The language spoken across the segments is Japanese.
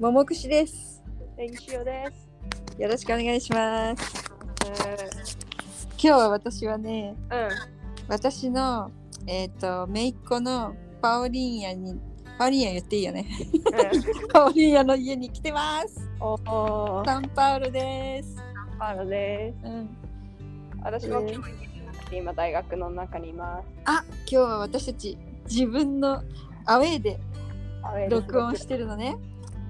桃串です。練習です。よろしくお願いします。今日は私はね、う私のえっ、と姪っ子のパオリンヤにパオリンヤ言っていいよ ね。ん。パオリンヤの家に来てます。うん、おお。サンパウロです。あのね、うん。私も今日今大学の中にいます。あ、今日は私たち自分のアウェーでアウェイです録音してるのね。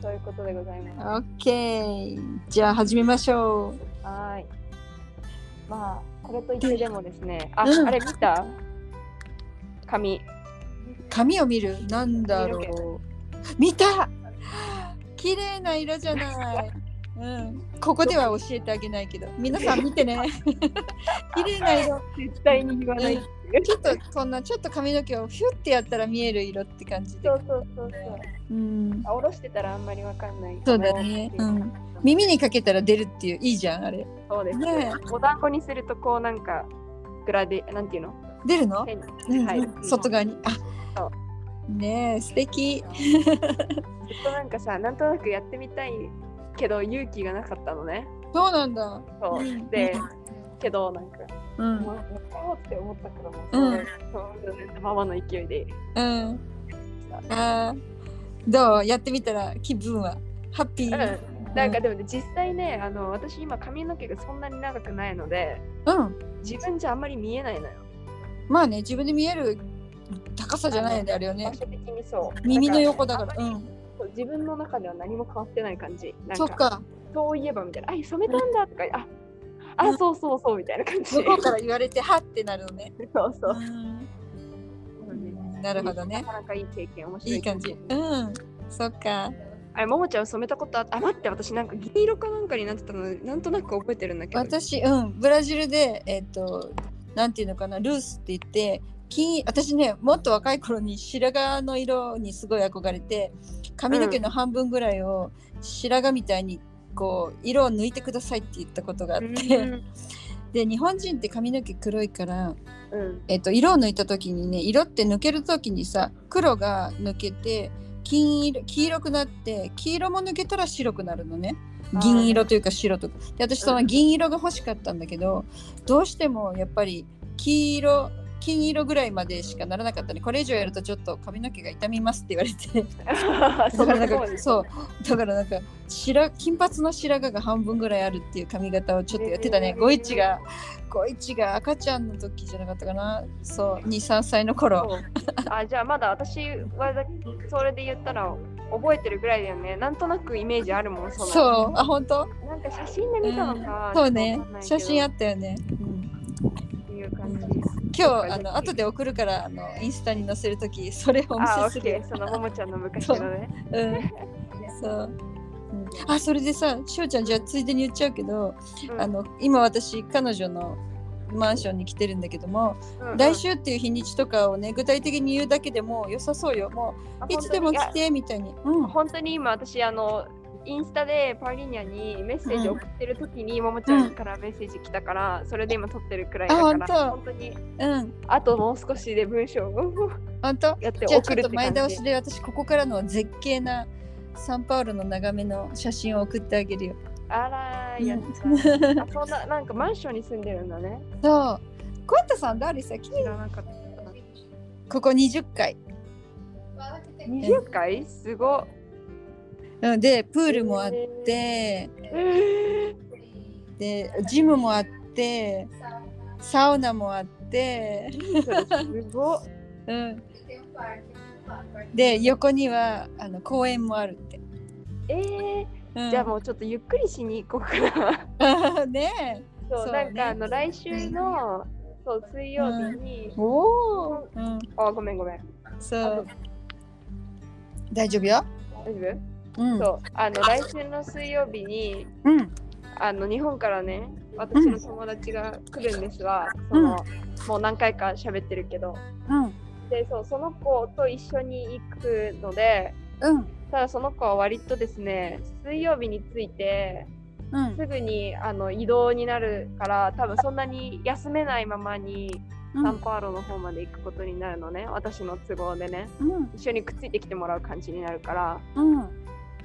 ということでございます。オッケー。じゃあ始めましょう。はーい。まあこれといってでもですね。あ、うんあれ見た？紙。髪を見る。なんだろう。見た。綺麗な色じゃない。うん、ここでは教えてあげないけど皆さん見 てね綺麗な色絶対に言わないっていう。ちょっとこんなちょっと髪の毛をヒュッてやったら見える色って感じでそうそうそうそう。うん、あ、おろしてたらあんまりわかんない。そうだねうん耳にかけたら出るっていういいじゃんあれそうですねね。お団子にするとこうなんかグラデなんていうの？出るの、変なうんはい。外側にそあねえ素敵ずっとなんかさなんとなくやってみたいけど勇気がなかったのねそうなんだそううんでけどなんかうんもうそうって思ったからもううんそうそうままの勢いでうんあーどうやってみたら気分はハッピうーんなんかでもね実際ねあの私今髪の毛がそんなに長くないのでうん、自分じゃあんまり見えないのよまあね自分で見える高さじゃないよねあれよね場所的にそう耳の横だからあんまうんりそう自分の中では何も変わってない感じなそんっかかそういえばみたいな「あ染めたんだ」とか「ああそうそうそう」みたいな感じ向こうから言われてハッてなるのね そうそううんそうねなるほどなねかなかいい経験面白いいい感じうんそっかあれ、ももちゃん染めたことあった。あ、待って、私なんか銀色かなんかになってたの、なんとなく覚えてるんだけど。私うんブラジルでえっ、となんていうのかなルースって言って金私ねもっと若い頃に白髪の色にすごい憧れて髪の毛の半分ぐらいを白髪みたいにこう色を抜いてくださいって言ったことがあっうて、ん。で日本人って髪の毛黒いから、うん。 えっと色を抜いた時にね色って抜ける時にさ黒が抜けて金色黄色くなって黄色も抜けたら白くなるのねあー銀色というか白とかで私その銀色が欲しかったんだけどどうしてもやっぱり黄色金色ぐらいまでしかならなかったねこれ以上やるとちょっと髪の毛が痛みますって言われてそうだからなだんかそうだからなんか白金髪の白髪が半分ぐらいあるっていう髪型をちょっとやってたねゴイチが。こいちが赤ちゃんの時じゃなかったかなそう23歳の頃そうあ、じゃあまだ私はだそれで言ったら覚えてるぐらいだよね。なんとなくイメージあるもん、そうのあ本当、なんか写真で見たのか。そうね写真あっったよね、うんていう感じ。今日あの後で送るからあのインスタに載せる時それをお見あ、オせすッるケよー。そのももちゃんの昔のね。うんそう、うんあそれでさしおちゃんじゃあついでに言っちゃうけど、うんあの今私彼女のマンションに来てるんだけども、うん来週っていう日にちとかをね具体的に言うだけでも良さそうよもあういつで本当にもいや来てみたいにうん本当に今私あのインスタでパウリーニャにメッセージ送ってる時にももちゃんからメッセージ来たから、それで今撮ってるくらいだからあ本当本当にうんあともう少しで文章を 本当やってじゃあ送ちょるっっとて感前じ倒しで私ここからの絶景なサンパウロの眺めの写真を送ってあげるよ。あらーやった、あそんななんかマンションに住んでるんだねそう。コンタさん誰さっき知らなかったここ20回。 20回すごうんでプールもあって、いえでジムもあってサウナもあって、ー、それすごっうん、で横にはあの公園もあるって。えー、うんじゃあもうちょっとゆっくりしに行こうかな ねえ。そうそうねなんかあの来週のそう水曜日に、おお。うん。あごめんごめんそあとう。大丈夫よ。大丈夫うん。そうあの来週の水曜日にうん。あの日本からね私の友達が来るんですが、うんそのもう何回か喋ってるけどうん。でそうその子と一緒に行くのでうん。ただその子は割とですね水曜日についてうん。すぐにあの移動になるから多分そんなに休めないままにうんサンパウロの方まで行くことになるのね、私の都合でねうん一緒にくっついてきてもらう感じになるからうん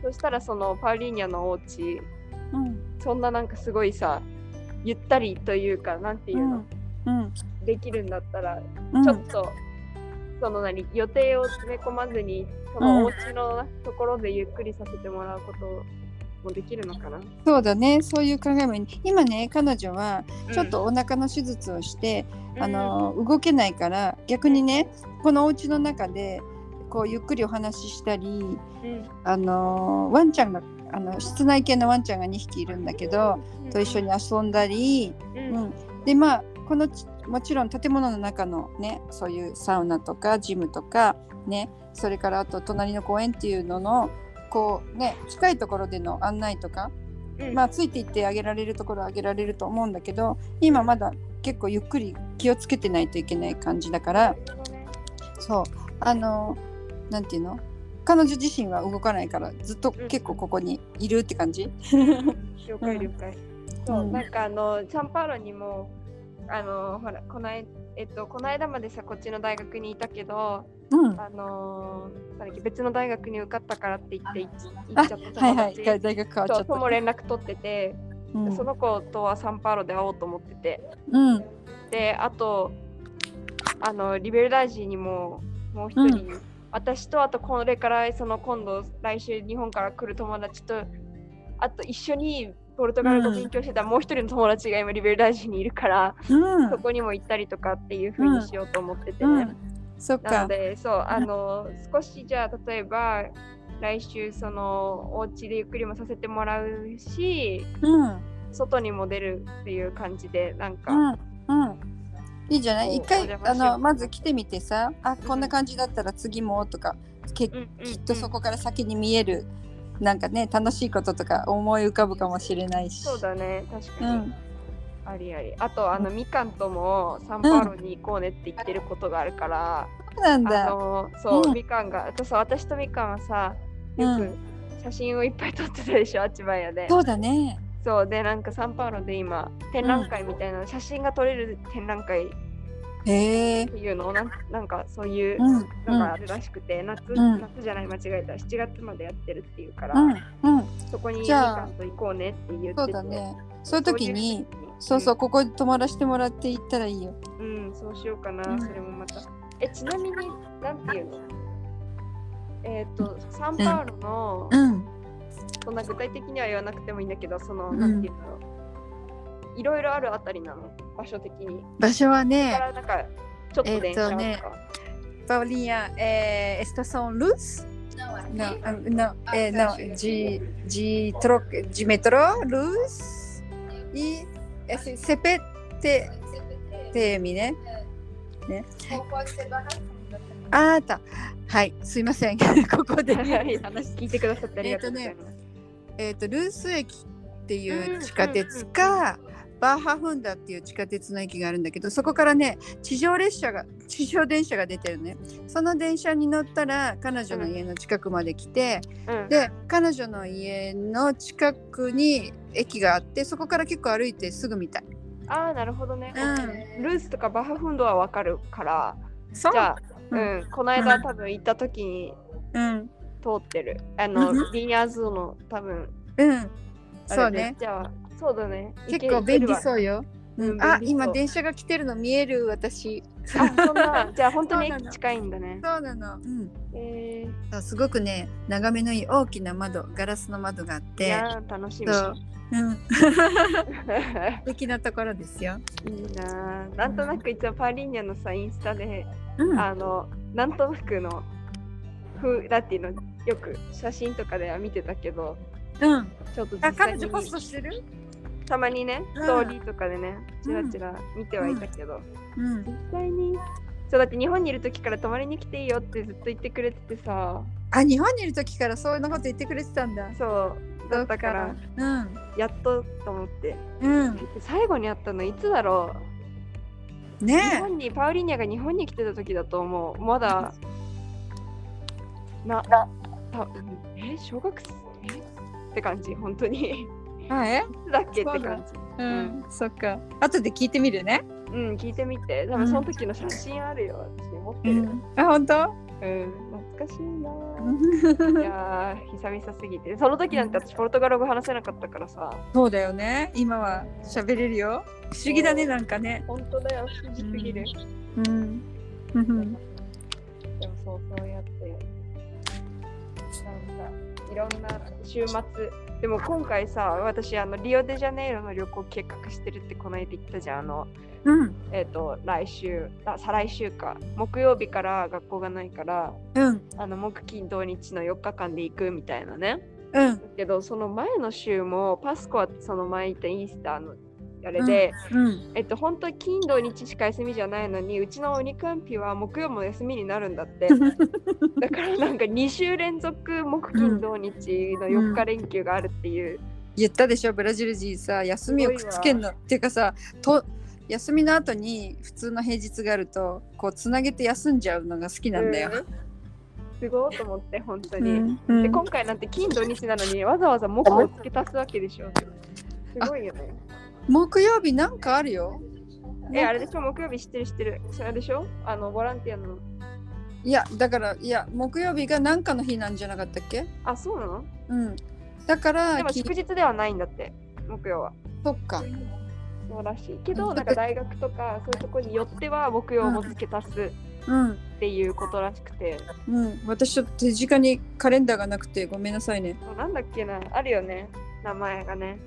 そしたらそのパウリーニャのお家うんそんななんかすごいさゆったりというかなんていうの、うんできるんだったらうんちょっと、その何予定を詰め込まずにそうんのお家のところでゆっくりさせてもらうこともできるのかな、そうだねそういう考えもいい今ね彼女はちょっとお腹の手術をして、うん、あの動けないから逆にねこのお家の中でこうゆっくりお話ししたりうん、あのワンちゃんがあの室内犬のワンちゃんが2匹いるんだけどうんと一緒に遊んだり、うんうん、でまあこのちもちろん建物の中のねそういうサウナとかジムとかねそれからあと隣の公園っていうののこうね近いところでの案内とかうんまあ、ついていってあげられるところはあげられると思うんだけど今まだ結構ゆっくり気をつけてないといけない感じだからなるほどねそうあのなんていうの彼女自身は動かないからずっと結構ここにいるって感じ。了解了解。そう、なんかあのチャンパーロにもあのほらこないえっとこの間までさこっちの大学にいたけどうん、はあのーなんだっけ別の大学に受かったからって言って行っ行あっちゃった友達いはい一回大学変わっちそゃうっとた。も連絡取ってて、うんその子とはサンパーロで会おうと思っててうんであとあのリベルダージーにももう一人、私とあとこれからその今度来週日本から来る友達とあと一緒にポルトガル語勉強してたもう一人の友達が今リベルダージーにいるから、うんそこにも行ったりとかっていう風にしようと思っててね、うん、そっなのか。でそうあの少しじゃあ例えば来週そのお家でゆっくりもさせてもらうしうん外にも出るっていう感じでなんか、うんうんいいじゃなそうい一回お邪魔あしようのまず来てみてさあこんな感じだったら次もとか結うんうんうんきっとそこから先に見えるなんかね楽しいこととか思い浮かぶかもしれないしそうだね確かうに、んありありあとあのみかんともサンパウロに行こうねって言ってることがあるから、そうなんあだのそう、うんみかんがそう私とみかんはさようく写真をいっぱい撮ってたでしょあちばやでそうだねそうでなんかサンパウロで今展覧会みたいな、写真が撮れる展覧会っへえていうのをなんなんかそういううんうんのがあるらしくて、夏ん夏じゃない間違えた7月までやってるっていうから、うんうんそこにみじゃあかんと行こうねって言っててそうだねそういう時にそそういう時にうそうここに泊まらせてもらっていったらいいようん、そうしようかな、うんそれもまた。え、ちなみに、なんていうのえっ、と、サンパウロの、うんそんな具体的には言わなくてもいいんだけど、その、うんなんていうのいろいろあるあたりなの、場所的に。場所はだねから、なんか、ちょっと電車とか。えっとパウリンアエスタソンルース No, um, no, eh, no, de, de, tro, de metrô, luz e esse CPT, TM, né? né? Ah, tá. はい、すいません。 ここで、はい話聞いてくださってありがとうございます。えっとルース駅っていう地下鉄か、バーハフンダっていう地下鉄の駅があるんだけどそこからね地上列車が地上電車が出てるねその電車に乗ったら彼女の家の近くまで来て、うんで彼女の家の近くに駅があってそこから結構歩いてすぐみたい。ああ、なるほどね。うルースとかバハフンドはわかるから、そうじゃあ、ううんん、この間多分行った時にうん通ってる。あの、うんリニアズーの多分うんあれそうね。じゃあ、そうだね。結構便利う。そうよ。うんうん、あ便利そう今電車が来てるの見える私。あ、そんな。 じゃあ、本当にそうな駅の近いんだね。そうなの。うんえそうすごくね眺めのいい大きな窓ガラスの窓があっー、いてやー、楽しみ。そう、うん、素い敵なところですよ。いなー。なんとなく、いつもパリーニャのさ、インスタで、うん、あの、なんとなくの、ふだっていうの、よく写真とかでは見てたけど、うん、ちょっと実あ際彼に女ポストしてる？たまにね、うんストーリーとかでね、ちらちら見てはいたけど、うん、実際に、そうだって日本にいる時から泊まりに来ていいよってずっと言ってくれててさ、あ日本にいる時からそういうのこと言ってくれてたんだ。そう、だったから、やっとと思って。うん、うん、最後に会ったのいつだろう、日ね本にパウリーニャが日本に来てた時だと思うまだなたえ小学生えって感じ本当に いえ、はい、つだっけって感じうん、そっか。後で聞いてみるね。ううん、聞いてみて。多う分んその時の写真あるよ。私持ってうる。ん、あ本当うん、懐かしいなぁ。いやー、久々すぎて。その時なんて私、ポルトガル語話せなかったからさ。そうだよね今は喋れるよ不思議だねなんかね本当だよ、不思議すぎる。うんうんでもそうそうやってなんかいろんな週末でも今回さ私あのリオデジャネイロの旅行計画してるってこの間言ったじゃんあのうんえっ、と来週あ再来週か木曜日から学校がないからうんあの木金土日の4日間で行くみたいなねうんけどその前の週もパスコはその前行ったイースターのあれで、うんえっと本当金土日しか休みじゃないのにうちのお肉アンピは木曜も休みになるんだって だからなんか2週連続木金土日の4日連休があるっていう、言ったでしょブラジル人さ休みをくっつけんのっていうかさと休みの後に普通の平日があるとこうつなげて休んじゃうのが好きなんだよ。うんすごいと思って本当うに、んうんで今回なんて金土日なのにわざわざ木を付け足すわけでしょすごいよね木曜日なんかあるよ。えあれでしょ木曜日知ってる知ってるそれでしょあのボランティアのいやだからいや木曜日が何かの日なんじゃなかったっけあそうなのうん。だかでらもき祝日ではないんだって木曜はそっか。そうらしいけうどんなんか大学とかそういうとこによって は木曜も付け足すうんっていうことらしくて、うん。私ちょっと手近にカレンダーがなくてごめんなさいね。そうなんだっけなあるよね名前がね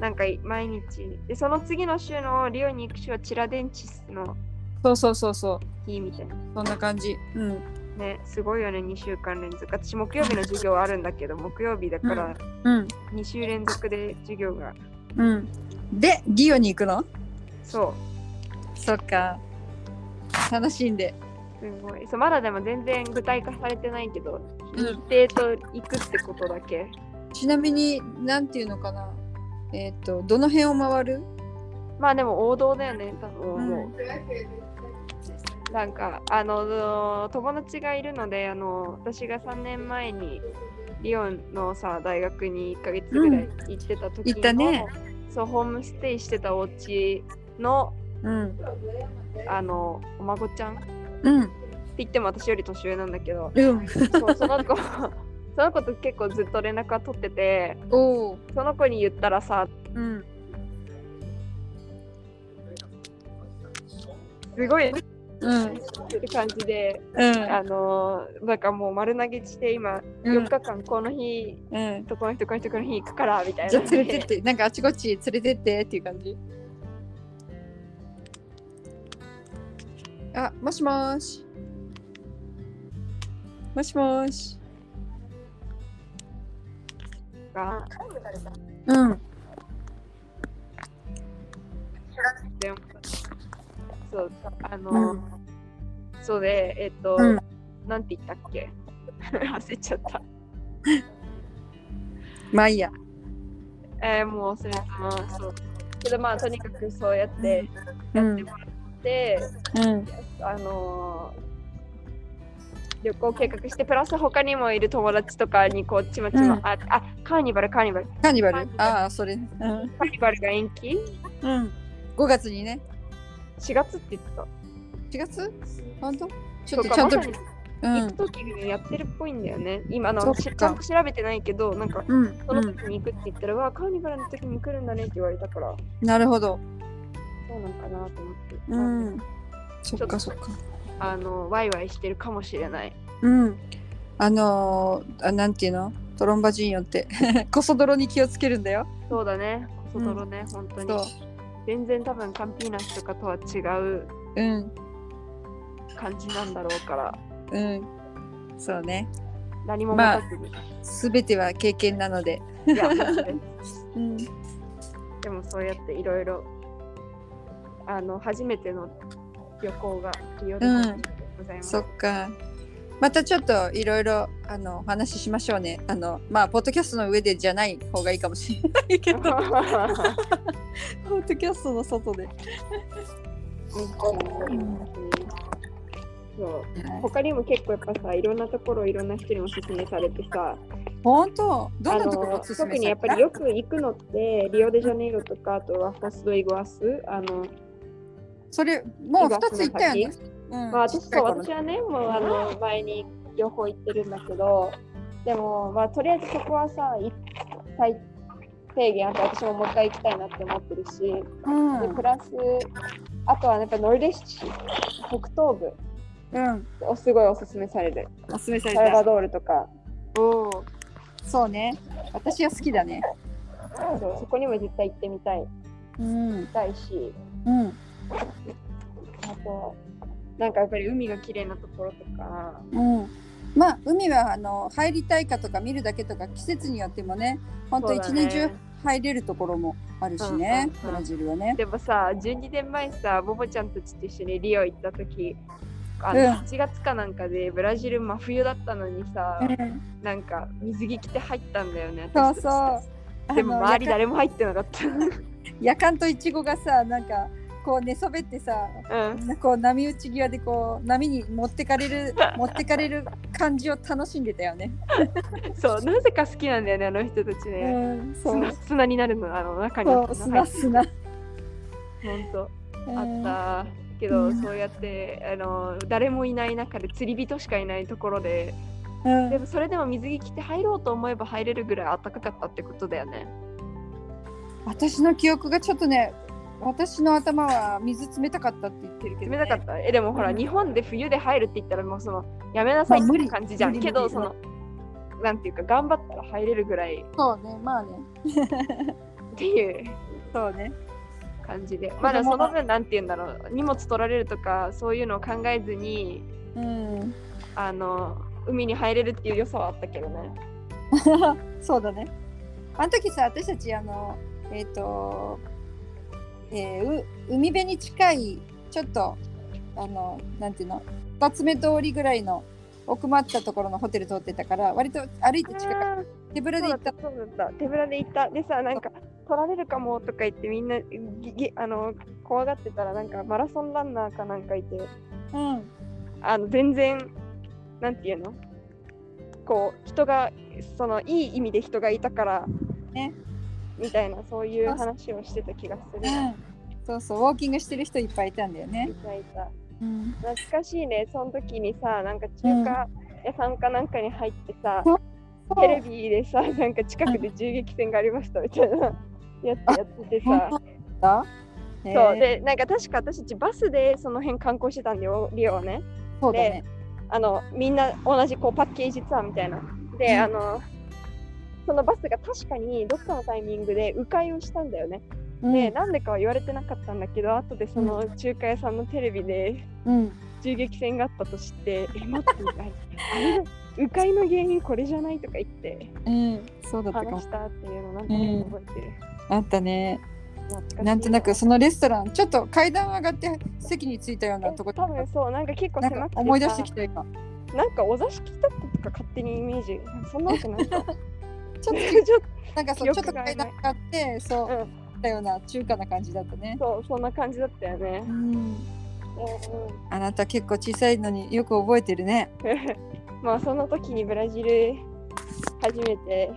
なんかい毎日でその次の週のリオに行く週はチラデンチスのそうそうそうそう日みたいなそんな感じ。うんねすごいよね2週間連続私木曜日の授業あるんだけど木曜日だからうん2週連続で授業がうん。でリオに行くの？そそっか。楽しんで。うすごいそうまだでも全然具体化されてないけど日程と行くってことだけちなみになんていうのかな。えっ、とどの辺を回る？まあでも王道だよね多分、うんもうなんかあの友達がいるのであの私が3年前にリオンのさ大学に1ヶ月ぐらい行ってた時の、行ったねそうホームステイしてたお家のうんあのお孫ちゃんってうん言っても私より年上なんだけどうん。そうその子 その子と結構ずっと連絡は取ってておお。その子に言ったらさうん。すごいねうんって感じでうんあのなんかもう丸投げして今う4ん日間この日うん。とこの人この人この日行くからみたいな。じゃあ連れてってなんかあちこち連れてってっていう感じ。あもしもーし。もしもーし。かうんでもそうあの、うんそうでえっと、うんなんて言ったっけ 焦っちゃった。まあいいや。えー、もう忘れたなそう。けどまあとにかくそうやってうやっんてもらって、うんあのー旅行計画してプラス他にもいる友達とかにこうちまちま、うんああカーニバルカーニバルカーニバカールニバルああそれ。うん。カーニバルが延期うん。5月にね。 4月って言ってた4月本当ちそうょっとかちゃんと。まさにうん行く。時にやってるっぽいんだよね。今あそのっかしちゃんと調べてないけど、なんかうんその時に行くって言ったら、わあカーニバルの時に来るんだねって言われたから、なるほど。そうなんかなと思って、うん。そちょっっとかそっか。あのワイワイしてるかもしれない。うん。あのー、あなんていうのトロンバジンヨンって コソ泥に気をつけるんだよ。そうだね、コソ泥ね、本当そうに。全然多分カンピーナスとかとは違ううん感じなんだろうから、うん。そうね。何も持まあたずに。すべては経験なので。いや本当にうん。でもそうやっていろいろ、あの、初めての旅行がリオデジャネイロでございます。そっ か。またちょっといろいろあのお話ししましょうね。あのまあポッドキャストの上でじゃない方がいいかもしれない けど、ポッドキャストの外で。そう他にも結構やっぱさいろんなところをいろんな人におすすめされてさ本当どんなところあのおすすめ特にやっぱりよく行くのってリオデジャネイロとかあとはホスドイゴアスあのそれもう2つ行ったよね。うんまあ、私ちっちゃそうい頃私はね、もうあの前に両方行ってるんだけど、でも、まあ、とりあえずそこはさ、い最低限あって、私ももう一回行きたいなって思ってるし、うんでプラス、あとはやっぱノルデシチ、北東部うん、をすごいおすすめされる。おすすめさサれルバた。ドールとか、おーそうね。私は好きだね。そうそこにも絶対行ってみたいうん。たいし、うん。あと、なんかやっぱり海が綺麗なところとか、うん。まあ海はあの入りたいかとか見るだけとか季節によってもね、本当そうだ一ね年中入れるところもあるしね、うんうんうんブラジルはね。でもさ、12年前さ、ボボちゃんたちと一緒にリオ行った時あのうん8月かなんかでブラジル真冬だったのにさ、うんなんか水着着て入ったんだよね。そう私そう。たあちのでも周りやか誰も入ってなか った。やかんとイチゴがさ、なんかこう寝そべってさ、うん、こう波打ち際でこう波に持ってか れる持ってかれる感じを楽しんでたよね。そう、なぜか好きなんだよね、あの人たちうね。ん、そう砂。砂になるの、あの中にそう砂入砂って本砂。当あうんったけうど、んそうやってあの誰もいない中で釣り人しかいないところでうんでもそれでも水着着て入ろうと思えば入れるぐらい暖かかったってことだよね。私の記憶がちょっとね私の頭は水冷たかったって言ってるけど、冷ね、たかったえでもほら、うん日本で冬で入るって言ったらもうそのやめなさいっまあ無て理感じじゃん、無理けど無理そのなんていうか頑張ったら入れるぐらいそうねまあねっていうそうね感じでまあでもそ子供がの分なんて言うんだろう荷物取られるとかそういうのを考えずにうんあの海に入れるっていう良さはあったけどね。そうだねあの時さ私たちあのえっ、と、えーう海辺に近いちょっとあのなんていうの二つ目通りぐらいの奥まったところのホテル通ってたから割と歩いて近く手ぶらで行ったそうだった手ぶらで行ったでさなんか取られるかもとか言ってみんなぎぎあの怖がってたらなんかマラソンランナーかなんかいてうんあの全然なんていうのこう人がそのいい意味で人がいたから、ね、みたいなそういう話をしてた気がする。そうそうウォーキングしてる人いっぱいいたんだよねいたいたうん懐かしいねその時にさなんか中華屋さんかなんかに入ってさ、そうテレビでさなんか近くで銃撃戦がありましたみたいなやつやっててさ。だそうでなんか確か私たちバスでその辺観光してたんでリオをねそうだねあのみんな同じこうパッケージツアーみたいなで、うんあのそのバスが確かにどっかのタイミングで迂回をしたんだよね、でなんでかは言われてなかったんだけど後でその中華屋さんのテレビでうん、うん銃撃戦があったと知って「え待って迂回あれだ迂回の原因これじゃない?」とか言ってうん、そうだったか話もし。たっていうのなんとなく覚えてる、あったね。懐かしいなんとなくそのレストラン、ちょっと階段上がって席に着いたようなとこえ多分そうなんか結構なん狭くかてさ思い出してきた今。なんかお座敷だったとか勝手にイメージ。そんなわけないか。 ちょっちょっと、なんかそう、記ちょっ憶とが曖昧階段上がって、そう、うんだような中華な感じだったね。とそんな感じだったよね。うん。うあなた結構小さいのによく覚えてるね。んうん、まあその時にブラジル初めて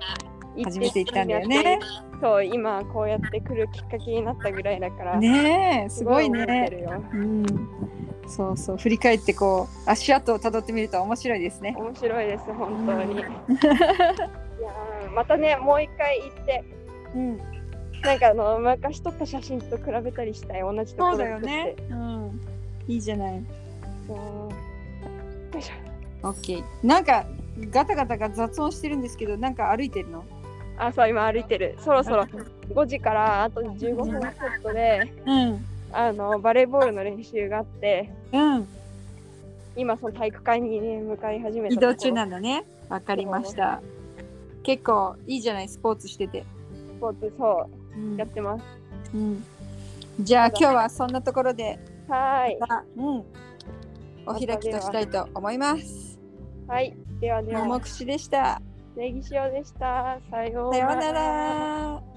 行初めて行ったんだよね。そう今こうやって来るきっかけになったぐらいだから。ねえ、すごい覚えてね。るようん。そうそう、振り返ってこう、足跡をたどってみると面白いですね。面白いです本当に。いやーまたねもう一回行ってうん。なんかあの昔撮った写真と比べたりしたい同じとこそろうでだ撮よってね。うん。いいじゃない。そうよいしょオッケー。なんか、ガタガタが雑音してるんですけど、なんか歩いてるの。あ、そう、今歩いてる。そろそろ5時からあと15分ちょっとで、うん。あの、バレーボールの練習があって、うん。今その体育館にね、向かい始めた移ところ動中なんだね。わかりました。結構いいじゃない、スポーツしてて。スポーツ、そうう、んやってます。うんじゃあ今日はそんなところで、はーい。またうん、お開きとしたいと思います。はい。ではでももは、くしでした。ネギ塩でした。さようさなようら。なら。